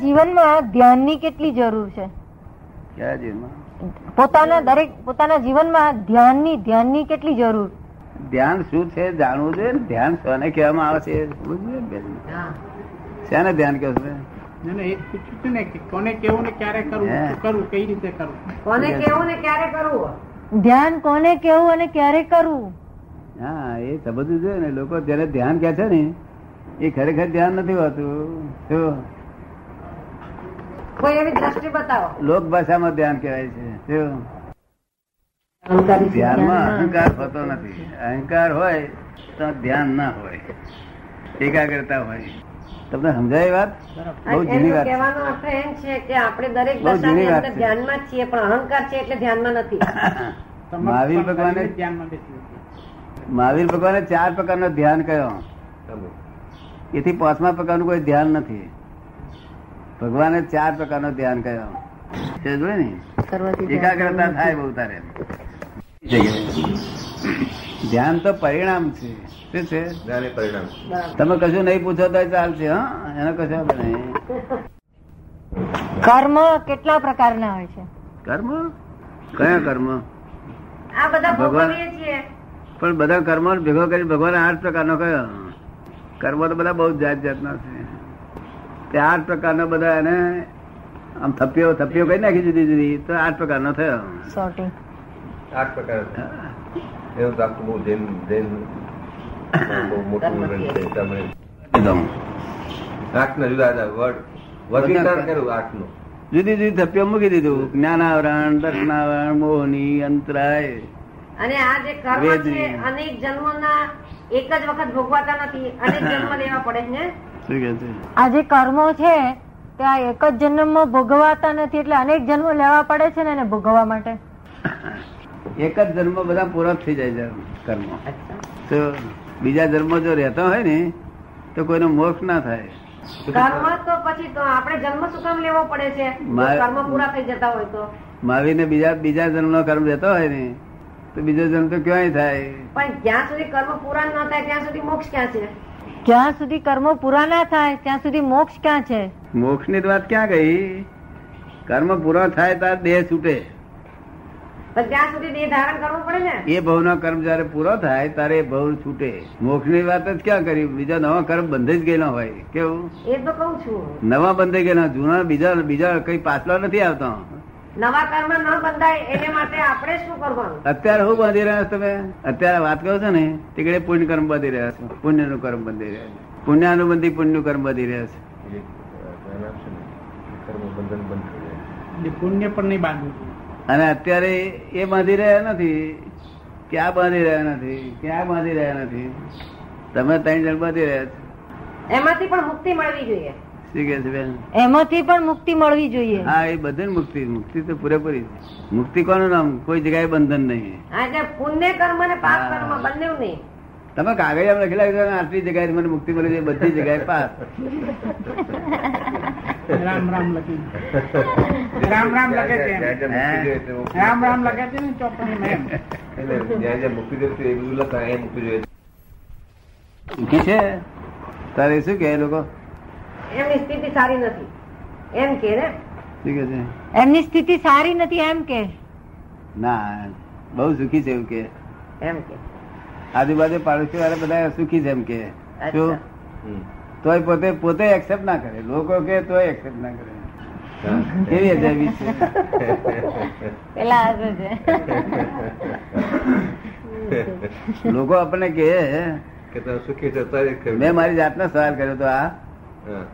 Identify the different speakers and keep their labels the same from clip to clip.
Speaker 1: જીવનમાં ધ્યાનની કેટલી જરૂર છે
Speaker 2: કયા જીવનમાં
Speaker 1: પોતાના દરેક પોતાના જીવનમાં ધ્યાનની ધ્યાનની કેટલી જરૂર
Speaker 2: ધ્યાન શું છે જાણવું જોઈએ ને ધ્યાન શોને કહેવામાં આવે છે એ સમજવું જોઈએ ને બેન. શેને ધ્યાન કહો છો
Speaker 3: ના, ના, એ જ પૂછ્યું હતું ને કે કોને કેવું ને ક્યારે કરવું
Speaker 2: હે.
Speaker 3: શું કરવું કઈ રીતે કરવું
Speaker 4: કોને કેવું ને ક્યારે કરવું
Speaker 1: ધ્યાન કોને કેવું અને ક્યારે કરવું
Speaker 2: હા એ સમજવું જોઈએ ને લોકો જ્યારે ધ્યાન કહે છે ને એ ખરેખર ધ્યાન નથી હોતું શું
Speaker 4: કોઈ એવી દ્રષ્ટિ બતાવો
Speaker 2: લોક ભાષામાં ધ્યાન કહેવાય છે શું ધ્યાનમાં અહંકાર હોતો નથી અહંકાર હોય તો ધ્યાન ના હોય એકાગ્રતા હોય તમને સમજાય એ વાત બહુ
Speaker 4: એમનો
Speaker 2: જૂની વાત છે.
Speaker 4: કહેવાનો અર્થ એમ છે કે આપણે દરેક
Speaker 2: બહુ જૂની
Speaker 4: દશાની
Speaker 2: વાત
Speaker 4: અંદર
Speaker 2: છે.
Speaker 4: ધ્યાનમાં જ છીએ પણ અહંકાર છે એટલે ધ્યાનમાં નથી
Speaker 3: તમારું
Speaker 2: મહાવીર
Speaker 3: પણ
Speaker 2: ભગવાને-
Speaker 3: કરીને જ ધ્યાનમાં બેસી જવું.
Speaker 2: મહાવીર ભગવાને ચાર પ્રકારનો ધ્યાન કર્યો એથી પાંચમા પ્રકારનું કોઈ ધ્યાન નથી ભગવાને ચાર પ્રકારનો ધ્યાન કર્યો સમજ્યું ને એકાગ્રતા થાય બહુ તારે ધ્યાન તો પરિણામ છે શું છે
Speaker 5: ધ્યાને પરિણામ છે.
Speaker 2: તમે કશું નહીં પૂછો તો ચાલશે હા એનો કશો વાંધો નહીં
Speaker 1: કર્મ કેટલા પ્રકારના હોય છે
Speaker 2: કર્મ કયા કર્મ
Speaker 4: આ બધા
Speaker 2: ભગવાન-
Speaker 4: ભોગવીએ છીએ
Speaker 2: પણ બધા કર્મ ભેગો કરી ભગવાન આઠ પ્રકારનો કયો કર્મ તો બધા બહુ જાત જાતના છે તે આઠ પ્રકારનો બધા એને આમ થપ્યો થપ્યો કરી નાખી જુદી જુદી તો આઠ પ્રકારનો થયો
Speaker 1: સોટી
Speaker 5: આઠ પ્રકાર છે. એવું તો આખું બહુ જૈન જૈન બહુ મોટું ગ્રંથ છે તમે
Speaker 2: એકદમ.
Speaker 5: આઠના જુદા જુદા વર્ડ વર્ગીકરણ કર્યું આઠનું
Speaker 2: જુદી જુદી થપ્યો મૂકી દીધું જ્ઞાનાવરણ દર્શનાવરણ મોહની અંતરાય
Speaker 4: અને આ જે કર્મ
Speaker 2: વેદની.
Speaker 4: છે અનેક જન્મોના એક જ વખત ભોગવાતા નથી અનેક જન્મ લેવા પડે છે ને
Speaker 2: શું કે છે
Speaker 1: આ જે કર્મો છે તે આ એક જ જન્મમાં ભોગવાતા નથી એટલે અનેક જન્મ લેવા પડે છે ને એને ભોગવવા માટે
Speaker 2: એક જ જન્મ બધા પૂરો જ થઈ જાય છે કર્મ તો બીજા જન્મ જો રહેતો હોય ને તો કોઈનો મોક્ષ ના થાય
Speaker 4: કર્મ તો પછી તો આપણે જન્મ શું કામ લેવો પડે છે જો
Speaker 2: મારે-
Speaker 4: કર્મ પૂરા થઈ જતા હોય તો
Speaker 2: મહાવીરને બીજા બીજા જન્મનો કર્મ રહેતો હોય ને તો બીજો જન્મ તો ક્યાંય થાય
Speaker 4: પણ જ્યાં સુધી કર્મ પૂરા ન થાય ત્યાં સુધી મોક્ષ ક્યાં છે
Speaker 1: જ્યાં સુધી કર્મો પૂરા ના થાય ત્યાં સુધી મોક્ષ ક્યાં છે
Speaker 2: મોક્ષની તો વાત ક્યાં ગઈ કર્મ પૂરો થાય ત્યારે દેહ છૂટે
Speaker 4: પણ ત્યાં સુધી દેહ ધારણ કરવો પડે ને
Speaker 2: એ ભવનો કર્મ જયારે પૂરો થાય ત્યારે એ ભવ છૂટે મોક્ષની વાત જ ક્યાં કરી બીજો નવો કર્મ બંધ જ ગયેલો હોય કેવું
Speaker 4: એ તો કઉ છું
Speaker 2: નવા બંધાઈ ગયેલા જૂના બીજા બીજા કઈ પાછલો નથી આવતો
Speaker 4: નવા કર્મ ન બંધાય એને માટે આપણે શું કરવાનું
Speaker 2: અત્યારે શું બાંધી રહ્યા છો તમે અત્યારે વાત કરો છો ને તીકડે પુણ્ય કર્મ બાંધી રહ્યા છો પુણ્યનું કર્મ બાંધી રહ્યા છો પુણ્યાનુબંધી પુણ્યનું કર્મ બાંધી રહ્યા છો
Speaker 5: એ એના છે ને કર્મ બંધન બંધ થઈ જાય
Speaker 3: એટલે પુણ્ય પણ નહીં બાંધવું જોઈએ.
Speaker 2: અને અત્યારે એ બાંધી રહ્યા નથી ક્યાં બાંધી રહ્યા નથી ક્યાં બાંધી રહ્યા નથી તમે ત્રણ જણ બાંધી રહ્યા છો
Speaker 4: એમાંથી પણ મુક્તિ મળવી જોઈએ
Speaker 2: શું કે છે બેન
Speaker 1: એમાંથી પણ મુક્તિ મળવી જોઈએ
Speaker 2: હા એ બધી જ મુક્તિ મુક્તિ તો પૂરેપૂરી છે. મુક્તિ કોનું નામ કોઈ જગ્યાએ બંધન નહીં
Speaker 4: આ જે પુણ્ય કર્મ અને પાપ કર્મ બંને નહીં
Speaker 2: તમે કાગળ એમ લખેલા છે, આટલી જગ્યાએ મને મુક્તિ મળી છે બધી જગ્યાએ પાસ
Speaker 3: રામ રામ લખી રામ રામ લખે છે એમ.
Speaker 5: જ્યાં જ્યાં મુક્તિ જોઈએ તે મુક્તિ.
Speaker 3: રામ રામ લખે છે ને ચોપડીમાં એમ
Speaker 5: એટલે જ્યાં જ્યાં મુક્તિ જોઈએ તે એ બધું લખાય એ મુક્તિ જોઈએ
Speaker 2: સુખી છે તારે શું કહે લોકો
Speaker 4: એમની સ્થિતિ સારી નથી એમ કે ને
Speaker 2: શું કે છે
Speaker 1: એમની સ્થિતિ સારી નથી એમ કે
Speaker 2: ના બહુ સુખી છે એવું કે
Speaker 4: એમ કે
Speaker 2: આજુબાજુ પાડોશી વાળા બધા સુખી છે એમ કે શું?
Speaker 4: અચ્છા.
Speaker 5: હમ.
Speaker 2: તોય પોતે પોતે એક્સેપ્ટ ના કરે લોકો કે તોય એક્સેપ્ટ ના કરે કેવી અજાયબી છે
Speaker 1: પેલા આવે છે
Speaker 2: લોકો આપણને કે
Speaker 5: કે તમે સુખી છો તારે કર્મ
Speaker 2: મેં મારી જાતનો સવાલ કર્યો હતો આ
Speaker 5: હા.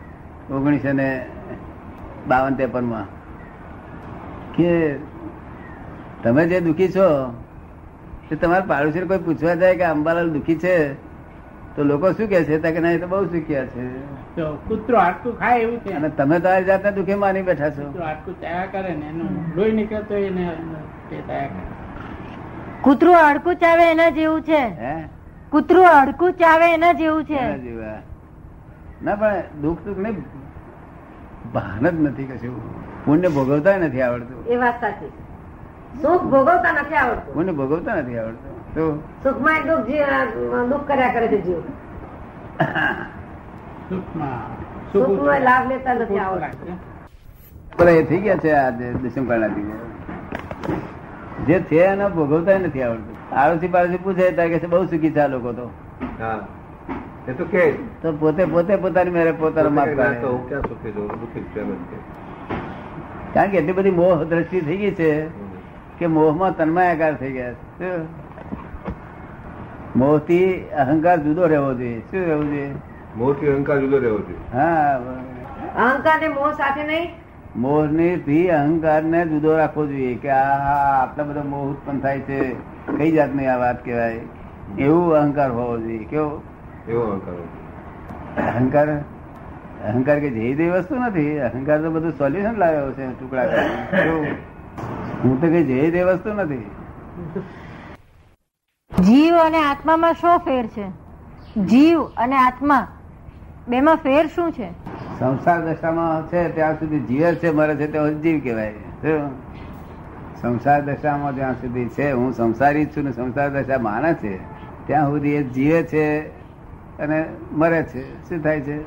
Speaker 2: ઓગણીસો ને બાવન ત્રેપન માં કે તમે જે દુખી છો તે તમારા પાડોશી કોઈ પૂછવા જાય કે અંબાલાલ દુખી છે તો લોકો શું કે છે તા કે ના એ તો બહુ સુખ્યા છે
Speaker 3: તો કૂતરો હાડકું ખાય એવું છે
Speaker 2: અને તમે તમારી જાતને દુખી માની બેઠા છો
Speaker 3: કૂતરો હાડકું ચાયા કરે ને એનું લોહી નીકળતો હોય ને તે ચાયા કરે
Speaker 1: કૂતરું અડકું ચાવે એના જેવું છે
Speaker 2: હે
Speaker 1: કૂતરું અડકું ચાવે એના જેવું છે
Speaker 2: એના જેવા. ના પણ દુઃખ દુઃખ નહીં ભાન જ નથી કશું પુણ્ય ભોગવતા નથી આવડતું
Speaker 4: એ વાત સાચી સુખ ભોગવતા નથી આવડતું
Speaker 2: પુણ્ય ભોગવતા નથી આવડતું તો
Speaker 4: સુખમાં એ દુઃખ જી- દુઃખ કર્યા કરે છે જીવ
Speaker 3: સુખમાં
Speaker 4: સુખનો લાભ લેતા નથી આવડતું.
Speaker 3: રાખે.
Speaker 2: પેલા એ થઈ ગયા છે આ જે દુષ્મકર્ણા થઈ ગયા જે છે એને ભોગવતા નથી આવડતું આળસી પાડોશી પૂછે ત્યારે કહે છે બહુ સુખી છે આ લોકો તો
Speaker 5: હા એ તો કે
Speaker 2: તો પોતે પોતે પોતાની મેરે પોતાનો માફ
Speaker 5: ના, તો
Speaker 2: કરે
Speaker 5: હું ક્યાં સુખી છું હું દુઃખી જ છું એમ જ કે
Speaker 2: કારણ કે એટલી બધી મોહ દ્રષ્ટિ થઈ ગઈ છે
Speaker 5: હમ.
Speaker 2: કે મોહમાં તન્માયાકાર થઈ ગયા છે શું? મોહથી અહંકાર જુદો રહેવો જોઈએ શું રહેવું જોઈએ
Speaker 5: મોહથી અહંકાર જુદો રહેવો જોઈએ
Speaker 2: હા
Speaker 4: અહંકાર ને મોહ સાથે નહીં
Speaker 2: મોહની થી અહંકારને જુદો રાખવો જોઈએ કે આ આ આટલો બધો મોહ ઉત્પન્ન થાય છે કઈ જાતની આ વાત કહેવાય એવું અહંકાર હોવો જોઈએ કેવો
Speaker 5: એવો અહંકાર હોવો જોઈએ.
Speaker 2: અહંકાર અહંકાર કે જેવી તેવી વસ્તુ નથી અહંકાર તો બધું સોલ્યુશન લાવ્યો છે ટુકડા કરીને. કેવું? હું તો કઈ જેવી તેવી વસ્તુ નથી
Speaker 1: જીવ અને આત્મામાં શું ફેર છે જીવ અને આત્મા બેમાં ફેર શું છે
Speaker 2: સંસાર દશામાં છે ત્યાં સુધી જીવે છે મરે છે ત્યાં સુધી જીવ કહેવાય શું? સંસાર દશામાં જ્યાં સુધી છે હું સંસારી જ છું ને સંસાર દશા માને છે ત્યાં સુધી એ જીવે છે અને મરે છે શું થાય છે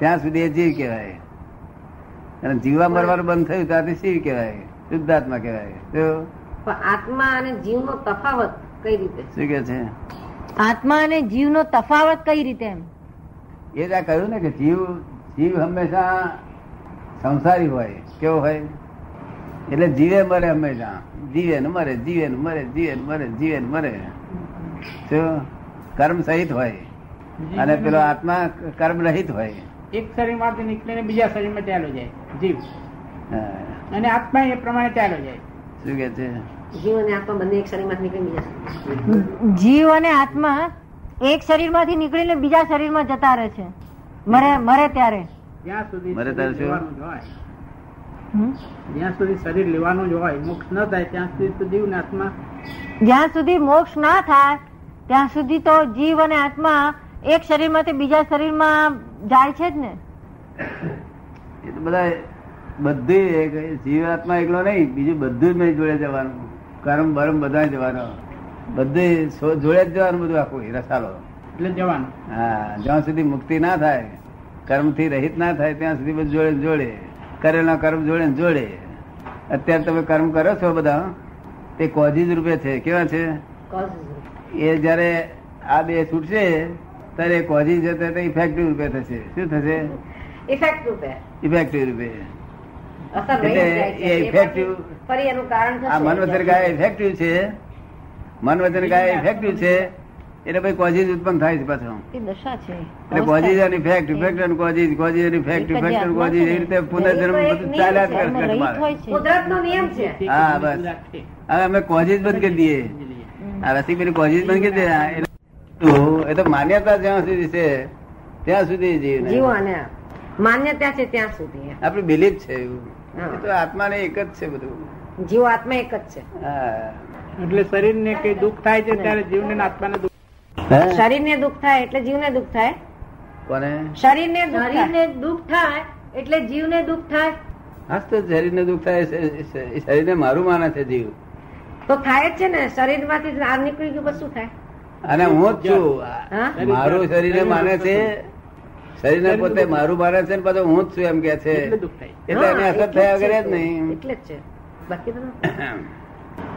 Speaker 2: ત્યાં સુધી એ જીવ કહેવાય અને જીવવા મરવાનું બંધ થયું ત્યાંથી શિવ કહેવાય શુદ્ધાત્મા કહેવાય શું?
Speaker 4: પણ આત્મા અને જીવનો તફાવત કઈ રીતે
Speaker 2: શું કે છે
Speaker 1: આત્મા અને જીવનો તફાવત કઈ રીતે એમ
Speaker 2: એ જ આ કહ્યું ને કે જીવ જીવ હંમેશા સંસારી હોય કેવો હોય એટલે જીવે મરે હંમેશા જીવે ને મરે જીવે ને મરે જીવે ને મરે જીવે ને મરે શું? કર્મ સહિત હોય અને પેલો આત્મા કર્મ રહિત હોય
Speaker 3: એક શરીરમાંથી નીકળીને બીજા શરીરમાં ચાલ્યો જાય જીવ
Speaker 2: હા.
Speaker 3: અને આત્મા એ પ્રમાણે ચાલ્યો જાય
Speaker 2: શું કે છે
Speaker 4: જીવ અને આત્મા બંને એક શરીરમાંથી નીકળી બીજા શરીરમાં.
Speaker 1: જીવ અને આત્મા એક શરીરમાંથી નીકળીને બીજા શરીરમાં જતા રહે છે મરે મરે ત્યારે
Speaker 3: જ્યાં સુધી
Speaker 2: મારે તારે
Speaker 3: શરીર
Speaker 2: શું?
Speaker 3: લેવાનું જ હોય
Speaker 1: હમ?
Speaker 3: જ્યાં સુધી શરીર લેવાનું જ હોય મોક્ષ ન થાય ત્યાં સુધી તો જીવ ને આત્મા
Speaker 1: જ્યાં સુધી મોક્ષ ના થાય ત્યાં સુધી તો જીવ અને આત્મા એક શરીરમાંથી બીજા શરીરમાં જાય છે જ ને
Speaker 2: એ તો બધા બધી એક જીવાત્મા એકલો નહીં બીજું બધું જ નહીં જોડે જવાનું કર્મ બરમ બધા જવાનો બધું સો- જોડે જ જવાનું બધું આખું રસાલો
Speaker 3: એટલે જવાનું
Speaker 2: હા જ્યાં સુધી મુક્તિ ના થાય કર્મથી રહિત ના થાય ત્યાં સુધી બધું જોડે ને જોડે કરેલા કર્મ જોડે ને જોડે અત્યારે તમે કર્મ કરો છો બધા તે કોઝીજ રૂપે છે કેવા છે
Speaker 4: Cause is effect.
Speaker 2: એ જ્યારે આ બે છૂટશે ત્યારે કોઝીજ છે ત્યારે ઇફેક્ટિવ રૂપે થશે શું થશે
Speaker 4: Effect રૂપે
Speaker 2: ઇફેક્ટિવ રૂપે
Speaker 4: અસર રહી જ
Speaker 2: એટલે
Speaker 4: જાય છે.
Speaker 2: એ
Speaker 4: એ
Speaker 2: effective-
Speaker 4: પછી ફરી એનું કારણ થશે.
Speaker 2: આ મન વચન ગાય ઇફેક્ટિવ છે મન વચન ગાય ઇફેક્ટિવ છે એટલે ભાઈ કોઝીજ ઉત્પન્ન થાય છે પાછો
Speaker 1: એ દશા છે
Speaker 2: એટલે કોઝીજ અને ઇફેક્ટ ઇફેક્ટ અને કોઝીજ કોઝીજ અને ઇફેક્ટ ઇફેક્ટ અને કોઝીજ એવી રીતે પુનર્જન્મ બધું ચાલ્યા જ કરે
Speaker 1: એમાં
Speaker 2: છે
Speaker 1: રહિત
Speaker 2: તમારે.
Speaker 1: હોય છે
Speaker 4: કુદરતનો નિયમ છે
Speaker 2: હા, બસ. હવે અમે કોઝીજ બંધ કરી દઈએ આ રસીકભાઈની કોઝીજ બંધ કરી દે આ એટલે તો એ તો માન્યતા જ્યાં સુધી છે ત્યાં સુધી જીવને
Speaker 4: જીવો અને માન્યતા છે ત્યાં સુધી
Speaker 2: આપણે belief છે એવું
Speaker 4: હા.
Speaker 2: એ તો આત્માને એક જ છે બધું
Speaker 4: જીવો આત્મા એક જ છે
Speaker 2: હા.
Speaker 3: એટલે શરીર ને કઈ દુઃખ થાય છે ત્યારે જીવ ને આત્મા ને દુઃખ
Speaker 2: હે?
Speaker 4: શરીરને દુઃખ થાય એટલે જીવને દુઃખ થાય
Speaker 2: કોને
Speaker 4: શરીરને દુઃખ થાય
Speaker 1: શરીરને દુઃખ થાય એટલે જીવને દુઃખ થાય
Speaker 2: હા તો શરીરને દુઃખ થાય શ- શ- શરીરને મારું માને છે જીવ
Speaker 4: તો થાય જ છે ને શરીરમાંથી જ આ નીકળી ગયું પછી શું થાય
Speaker 2: અને હું જ છું
Speaker 4: હા?
Speaker 2: મારું શરીરને માને છે શરીરને પોતે મારું માને છે ને પાછું હું જ છું એમ કે છે
Speaker 3: એટલે દુઃખ થાય
Speaker 2: એટલે એને
Speaker 4: હા,
Speaker 2: અસર
Speaker 4: એટલે
Speaker 2: થયા
Speaker 4: જ છે
Speaker 2: વગર
Speaker 4: તો.
Speaker 2: જ નહીં
Speaker 4: એટલે જ છે બાકી તો ના.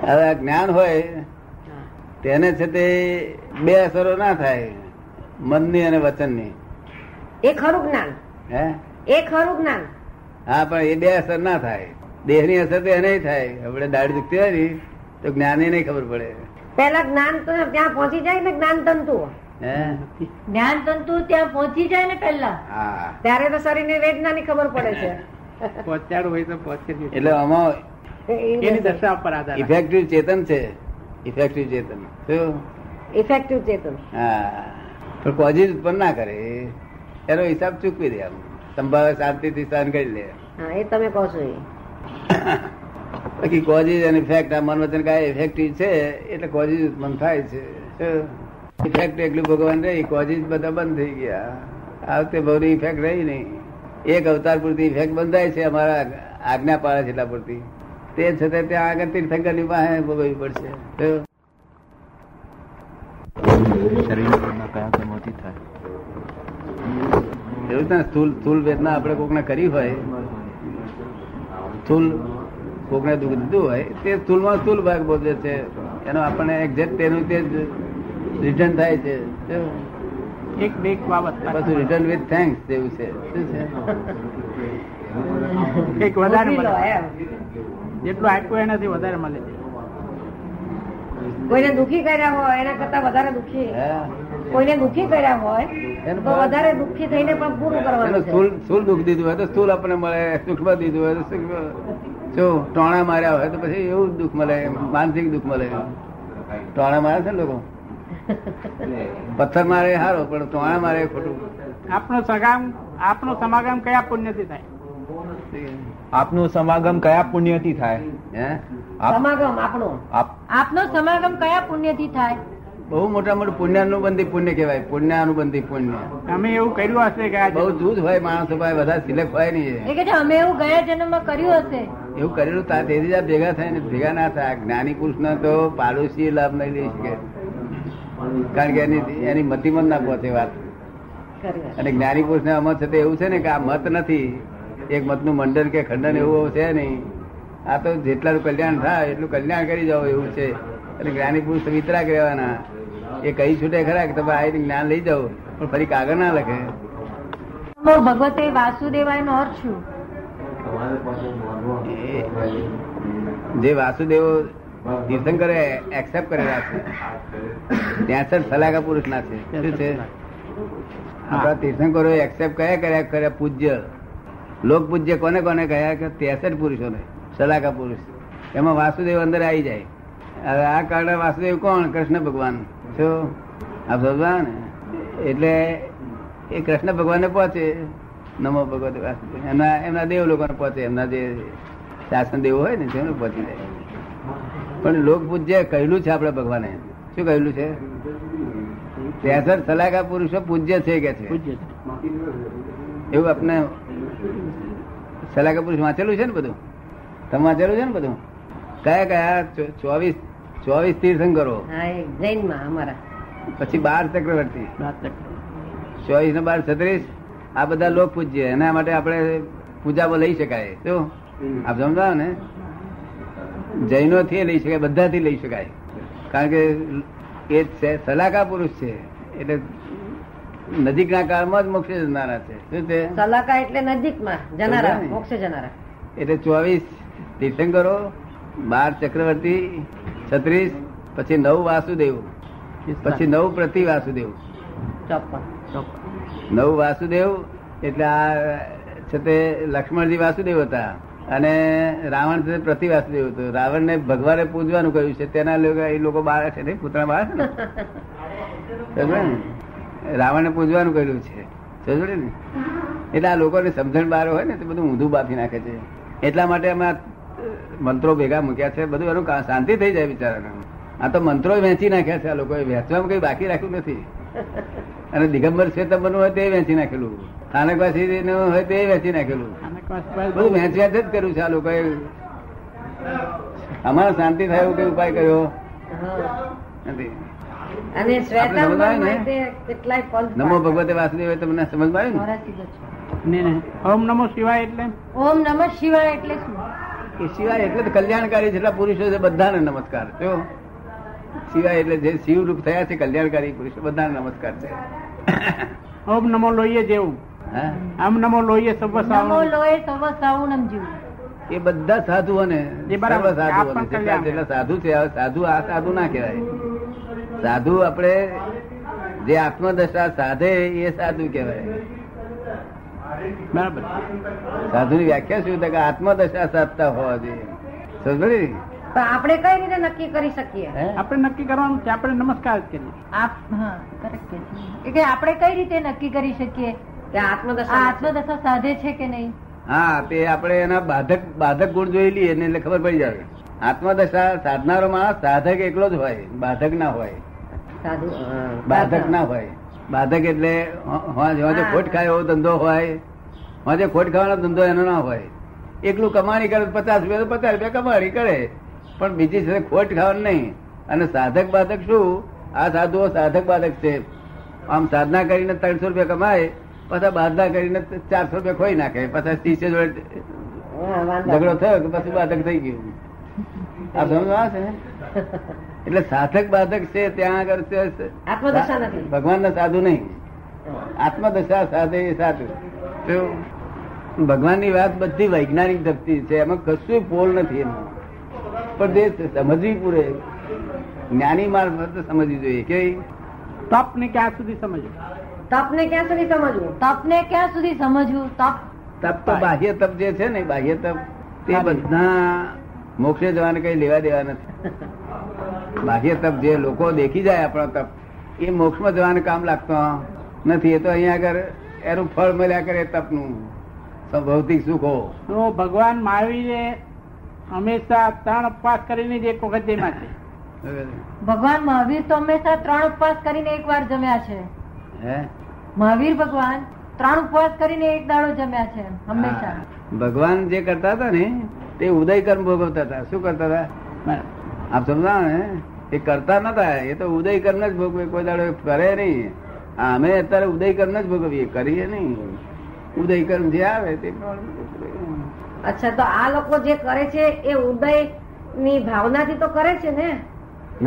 Speaker 2: હવે આ જ્ઞાન હોય
Speaker 4: હા.
Speaker 2: તેને છે તે બે અસરો ના થાય મનની અને વચનની
Speaker 4: એ ખરું જ્ઞાન
Speaker 2: હે
Speaker 4: એ ખરું જ્ઞાન
Speaker 2: હા પણ એ બે અસર ના થાય દેહની અસર તો એને થાય આપણે દાઢી દુખતી હોય ને તો જ્ઞાની નહીં ખબર પડે
Speaker 4: પહેલા જ્ઞાન તો ત્યાં પહોંચી જાય ને જ્ઞાન તંતુ
Speaker 2: હે
Speaker 1: જ્ઞાન તંતુ ત્યાં પહોંચી જાય ને પહેલા
Speaker 2: હા
Speaker 4: ત્યારે તો શરીરને વેદનાની ખબર પડે છે
Speaker 3: પહોંચાડવું હોય તો પહોંચે જ.
Speaker 2: એટલે આમાં
Speaker 3: એની દશા પર આધાર રાખે.
Speaker 2: ઇફેક્ટિવ ચેતન છે ઇફેક્ટિવ ચેતન શું
Speaker 4: ઇફેક્ટિવ ચેતન
Speaker 2: હા પણ કોઝિજ ઉત્પન્ન ના કરે એનો હિસાબ ચૂકવી દે આમ સંભાવે શાંતિથી સહન કરી લે
Speaker 4: હા એ તમે કહો છો એ
Speaker 2: બાકી કોઝિસ અને ઇફેક્ટ આ મનવચન કાય ઇફેક્ટિવ છે એટલે કોઝિસ ઉત્પન્ન થાય છે ઇફેક્ટ એટલું ભગવાન રહી કોઝિસ બધા બંધ થઈ ગયા આ વખતે બહુની ઇફેક્ટ રહી નહીં એક અવતાર પૂરતી ઇફેક્ટ બંધાય છે અમારા આજ્ઞા પાળે છે એટલા પૂરતી તે છતાં ત્યાં આગળ તીર્થંકરની પાસે ભોગવવી પડશે શું?
Speaker 6: શરીર ઉપરના કયા કર્મોથી થાય
Speaker 2: એવું જ ને સ્થુલ સ્થુલ વેદના આપણે કોકને કરી હોય સ્થુલ કોકને દુઃખ દીધું હોય તે સ્થુલમાં સ્થુલ ભાગ ભોગવે છે એનો આપણને એક્ઝેક્ટ તેનું તે જ રિટર્ન થાય છે કેવું?
Speaker 3: એક બે એક બાબત
Speaker 2: એ પાછું રિટર્ન વિથ થેન્ક્સ જેવું છે શું છે
Speaker 3: એક વધારે મળે જેટલું આપ્યું એનાથી વધારે મળે
Speaker 4: કોઈને દુઃખી કર્યા હોય એના કરતા વધારે દુઃખી
Speaker 2: હા.
Speaker 4: કોઈને દુઃખી કર્યા હોય
Speaker 2: એનું
Speaker 4: તો
Speaker 2: ફળ-
Speaker 4: વધારે દુઃખી થઈને પણ પૂરું
Speaker 2: એનું
Speaker 4: કરવાનું
Speaker 2: સ્થુલ
Speaker 4: છે
Speaker 2: સ્થુલ દુઃખ દીધું હોય તો સ્થુલ આપણને મળે સૂક્ષ્મ દીધું હોય તો સૂક્ષ્મ જો ટોણા માર્યા હોય તો પછી એવું જ દુઃખ મળે માનસિક દુઃખ મળે ટોણા મારે છે ને લોકો પથ્થર મારે હારો પણ ટોણા મારે ખોટું
Speaker 3: આપનો સગામ આપનો સમાગમ કયા પુણ્યથી થાય
Speaker 6: આપનું સમાગમ કયા પુણ્યથી થાય
Speaker 2: હે
Speaker 6: આપ
Speaker 4: સમાગમ આપણો
Speaker 6: આપ
Speaker 1: આપનો સમાગમ કયા પુણ્યથી થાય
Speaker 2: બહુ મોટા મોટું પુણ્યાનુબંધી પુણ્ય કહેવાય પુણ્યાનુબંધી પુણ્ય
Speaker 3: તમે એવું કર્યું હશે કે
Speaker 2: બહુ
Speaker 3: આજે
Speaker 2: જૂથ હોય માણસો પાસે બધા સિલેક્ટ હોય નહીં
Speaker 1: એ કે છે અમે એવું ગયા જન્મમાં કર્યું હશે
Speaker 2: એવું કરેલું તાર તેથી જ આ ભેગા થાય ને ભેગા ના થાય જ્ઞાની પુરુષનો તો પાડોશી લાભ નહીં લઈ શકે કારણ કે એની એની મતિમત ના પહોંચે વાત
Speaker 4: કર્યું.
Speaker 2: અને જ્ઞાની પુરુષને અમત છે તો એવું છે ને કે આ મત નથી એક મતનું મંડન કે ખંડન એવું છે નહીં આ તો જેટલાનું કલ્યાણ થાય એટલું કલ્યાણ કરી જાઓ એવું છે અને જ્ઞાની પુરુષ વિતરાગ રહેવાના એ કહી છૂટે ખરા કે તમે આવીને જ્ઞાન લઈ જાઓ પણ ફરી કાગળ ના લખે
Speaker 1: અમો ભગવતે વાસુદેવાય નો અર્થ શું
Speaker 2: એ જે વાસુદેવ તીર્થંકરે એક્સેપ્ટ કરેલા છે ત્યાંસઠ સલાહકાર પુરુષ ના છે શું છે આપણા તીર્થંકરો એક્સેપ્ટ કયા કર્યા કર્યા પૂજ્ય લોક પૂજ્ય કોને કોને કહ્યા કે ત્રેસઠ પુરુષોને સલાહકાર પુરુષ એમાં વાસુદેવ અંદર આવી જાય હવે આ કારણે વાસુદેવ કોણ કૃષ્ણ ભગવાન છો આપ સમજા ને એટલે એ કૃષ્ણ ભગવાનને પહોંચે નમો ભગવતે વાસુદેવ એમના એમના દેવ લોકોને પહોંચે એમના જે શાસન દેવો હોય ને તેમને પહોંચી જાય પણ લોક પૂજ્ય કહેલું છે આપણે ભગવાને શું કહેલું છે ત્રેસઠ સલાહકાર પુરુષો પૂજ્ય છે કે છે
Speaker 3: પૂજ્ય છે.
Speaker 2: એવું આપણે સલાહકાર પુરુષ વાંચેલું છે ને બધું તમે વાંચેલું છે ને બધું કયા કયા ચો- ચોવીસ ચોવીસ તીર્થંકરો
Speaker 4: હા એ જૈનમાં અમારા
Speaker 2: પછી બાર ચક્રવર્તી
Speaker 3: વાત
Speaker 2: ચોવીસ ને બાર છત્રીસ આ બધા લોક પૂજ્ય એના માટે આપણે પૂજામાં લઈ શકાય જો આપ સમજાવો ને જૈનો થી લઈ શકાય બધાથી લઈ શકાય કારણ કે એ છે સલાહકાર પુરુષ છે એટલે નજીકના કાળમાં જ મોક્ષ જનારા છે શું છે
Speaker 4: સલાકા એટલે નજીકમાં જનારા
Speaker 2: સમજાય ને?
Speaker 4: મોક્ષે જનારા
Speaker 2: એટલે ચોવીસ તીર્થંકરો બાર ચક્રવર્તી છત્રીસ પછી નવ વાસુદેવ પછી નવ પ્રતિ વાસુદેવ
Speaker 4: ચોપન
Speaker 2: નવ વાસુદેવ એટલે આ છે તે લક્ષ્મણજી વાસુદેવ હતા અને રાવણ છે તે પ્રતિ વાસુદેવ હતો રાવણને ભગવાને પૂજવાનું કહ્યું છે તેના લોકો એ લોકો બાળ છે ને પુતળા બાળ છે ને સમજ્યો ને? રાવણને પૂજવાનું કહ્યું છે સમજ્યો ને એટલે આ લોકોને સમજણ બહાર હોય ને તે બધું ઊંધું બાફી નાખે છે એટલા માટે અમે આ મંત્રો ભેગા મૂક્યા છે બધું એનું કા- શાંતિ થઈ જાય બિચારાને આ તો મંત્રો વેચી નાખ્યા છે આ લોકોએ વેચવામાં કઈ બાકી રાખ્યું નથી અને દિગંબર શ્વેતંબરનું હોય તે વેચી નાખેલું સ્થાનકવાસીનું હોય તે વેચી નાખેલું બધું
Speaker 3: ચક્ર
Speaker 2: વેચ વેચ જ કર્યું છે આ લોકોએ અમારે શાંતિ થાય એવો કઈ ઉપાય કર્યો
Speaker 4: હા.
Speaker 2: નથી
Speaker 4: અને
Speaker 2: સમજાય ને?
Speaker 4: શ્વેતાંબરમાં તે કેટલાય પદ
Speaker 2: નમો ભગવતે વાસુદેવ તમને સમજમાં આવ્યું
Speaker 1: મારા સીધો છે.
Speaker 3: ઓમ નમો શિવાય એટલે
Speaker 1: ઓમ નમઃ શિવાય એટલે શું
Speaker 2: ને એ સિવાય એટલે તો કલ્યાણકારી જેટલા પુરુષો છે બધાને નમસ્કાર જો સિવાય એટલે જે શિવરૂપ થયા છે કલ્યાણકારી પુરુષો બધાને નમસ્કાર છે
Speaker 3: ઓમ નમો લોહીએ જેવું
Speaker 2: હા
Speaker 3: આમ નમો લોહીએ સર્વ
Speaker 1: નમો
Speaker 3: સાવનું.
Speaker 1: લોય સર્વ સાઉનમ જીવ
Speaker 2: એ બધા સાધુઓને
Speaker 3: એ બરાબર.
Speaker 2: સર્વ સાધુઓને.
Speaker 3: આ પણ
Speaker 2: જેટલા
Speaker 3: કલ્યાણ.
Speaker 2: જેટલા સાધુ છે આ સાધુ આ સાધુ ના કહેવાય સાધુ આપણે જે આત્મદશા સાધે એ સાધુ કહેવાય
Speaker 3: બરાબર
Speaker 2: સાધુની વ્યાખ્યા શું થાય કે આત્મદશા સાધતા હોવા જોઈએ સમજો ને?
Speaker 4: પણ આપણે કઈ રીતે નક્કી કરી શકીએ
Speaker 2: હે?
Speaker 3: આપણે નક્કી કરવાનું છે આપણે નમસ્કાર જ કરીએ
Speaker 1: આપ હા correct કહે છે. એ કે આપણે કઈ રીતે નક્કી કરી શકીએ
Speaker 4: કે
Speaker 1: આ
Speaker 4: આત્મદશા
Speaker 1: આત્મદશા સાધે છે કે નહીં
Speaker 2: હા તે આપણે એના બાધક બાધક ગુણ જોઈ લઈએ ને એટલે ખબર પડી જાય આત્મદશા સાધનારો માણસ સાધક એકલો જ હોય બાધક ના હોય
Speaker 4: સાધુ હા.
Speaker 2: બાધક ના હોય બાધક એટલે હો- હોજે હોજે ખોટ ખાય એવો ધંધો હોય હોજે ખોટ ખાવાનો ધંધો એનો ના હોય એકલું કમાણી કરે તો પચાસ રૂપિયા તો પચાસ રૂપિયા કમાણી કરે પણ બીજી સાથે ખોટ ખાવાનું નહીં અને સાધક બાધક શું આ સાધુઓ સાધક બાધક છે આમ સાધના કરીને ત્રણસો રૂપિયા કમાય પાછા બાધા કરીને ચારસો રૂપિયા ખોઈ નાખે પાછા શિષ્ય જોડે ઝઘડો થયો કે પછી બાધક થઈ ગયું આ સમજ આવે છે એટલે સાધક બાધક છે ત્યાં આગળ તે
Speaker 4: આત્મદશા નથી.
Speaker 2: ભગવાન ના સાધુ નહીં આત્મદશા સાધે એ સાધુ તો ભગવાનની વાત બધી વૈજ્ઞાનિક ધરતી છે એમાં કશું પોલ નથી એમાં પણ જે સમજવી પૂરે જ્ઞાની મારફત સમજવી જોઈએ કે
Speaker 3: તપ ને ક્યાં સુધી સમજ્યું
Speaker 4: તપને ક્યાં સુધી સમજવું
Speaker 1: તપને ક્યાં સુધી સમજવું તપ
Speaker 2: તપ તો બાહ્ય તપ જે છે ને બાહ્ય તપ તે બધા મોક્ષે જવાને કઈ લેવા દેવા નથી બાહ્ય તપ જે લોકો દેખી જાય આપણો તપ એ મોક્ષમાં જવાને કામ લાગતો નથી એ તો અહીંયા આગળ એનું ફળ મળ્યા કરે તપનું સૌ ભૌતિક સુખો
Speaker 3: તો ભગવાન મહાવીરે હંમેશા ત્રણ ઉપવાસ કરીને જ એક વખત જેમાં છે
Speaker 1: ભગવાન મહાવીર તો હંમેશા ત્રણ ઉપવાસ કરીને એક વાર જમ્યા છે
Speaker 2: હે
Speaker 1: મહાવીર ભગવાન ત્રણ ઉપવાસ કરીને એક દાડો જમ્યા છે હંમેશા
Speaker 2: હા. ભગવાન જે કરતા હતા ને તે ઉદય કર્મ ભોગવતા હતા શું કરતા હતા
Speaker 3: બરાબર.
Speaker 2: આપ સમજાવો ને એ કરતા નતા એ તો ઉદય કર્મ જ ભોગવે કોઈ દાડો એ કરે નહીં આ અમે અત્યારે ઉદય કર્મ જ ભોગવીએ કરીએ નહીં ઉદય કર્મ જે આવે તે પ્રમાણે
Speaker 4: અચ્છા તો આ લોકો જે કરે છે એ ઉદય ની ભાવનાથી તો કરે છે ને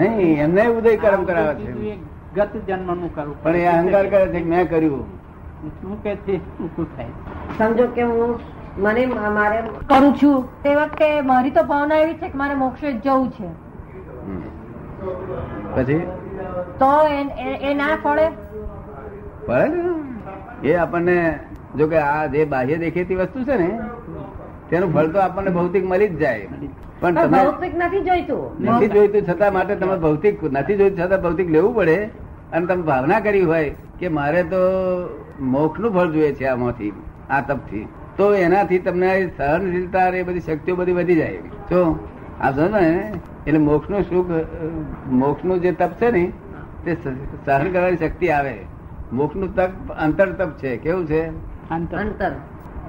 Speaker 2: નહીં એમને ઉદય કર્મ કરાવે છે
Speaker 3: એ ગત જન્મનું કરવું
Speaker 2: પણ એ અહંકાર કરે છે કે મેં કર્યું
Speaker 3: શું કે છે શું શું થાય
Speaker 4: સમજો કે હું મને મ- મારે
Speaker 1: કરું છું તે વખતે મારી તો ભાવના એવી છે કે મારે મોક્ષે જ જવું છે
Speaker 2: હમ. પછી
Speaker 1: તો એ- એ- એ ના ફળે
Speaker 2: પડે ને એ આપણને જો કે આ જે બાહ્ય દેખેતી વસ્તુ છે ને તેનું ફળ તો આપણને ભૌતિક મળી જ જાય પણ
Speaker 4: પણ
Speaker 2: તમે
Speaker 4: ભૌતિક નથી જોઈતું
Speaker 2: નથી જોઈતું છતાં માટે તમે ભૌતિક નથી જોઈતું છતાં ભૌતિક લેવું પડે અને તમે ભાવના કરી હોય કે મારે તો મોક્ષનું ફળ જોઈએ છે આમાંથી આ તપથી તો એનાથી તમને એ સહનશીલતા ને એ બધી શક્તિઓ બધી વધી જાય જો આ સમજો ને એટલે મોક્ષનું સુખ અ, મોક્ષનું જે તપ છે ને તે સ- સહન કરવાની શક્તિ આવે મોક્ષનું તપ અંતર તપ છે કેવું છે
Speaker 3: અંતર
Speaker 4: અંતર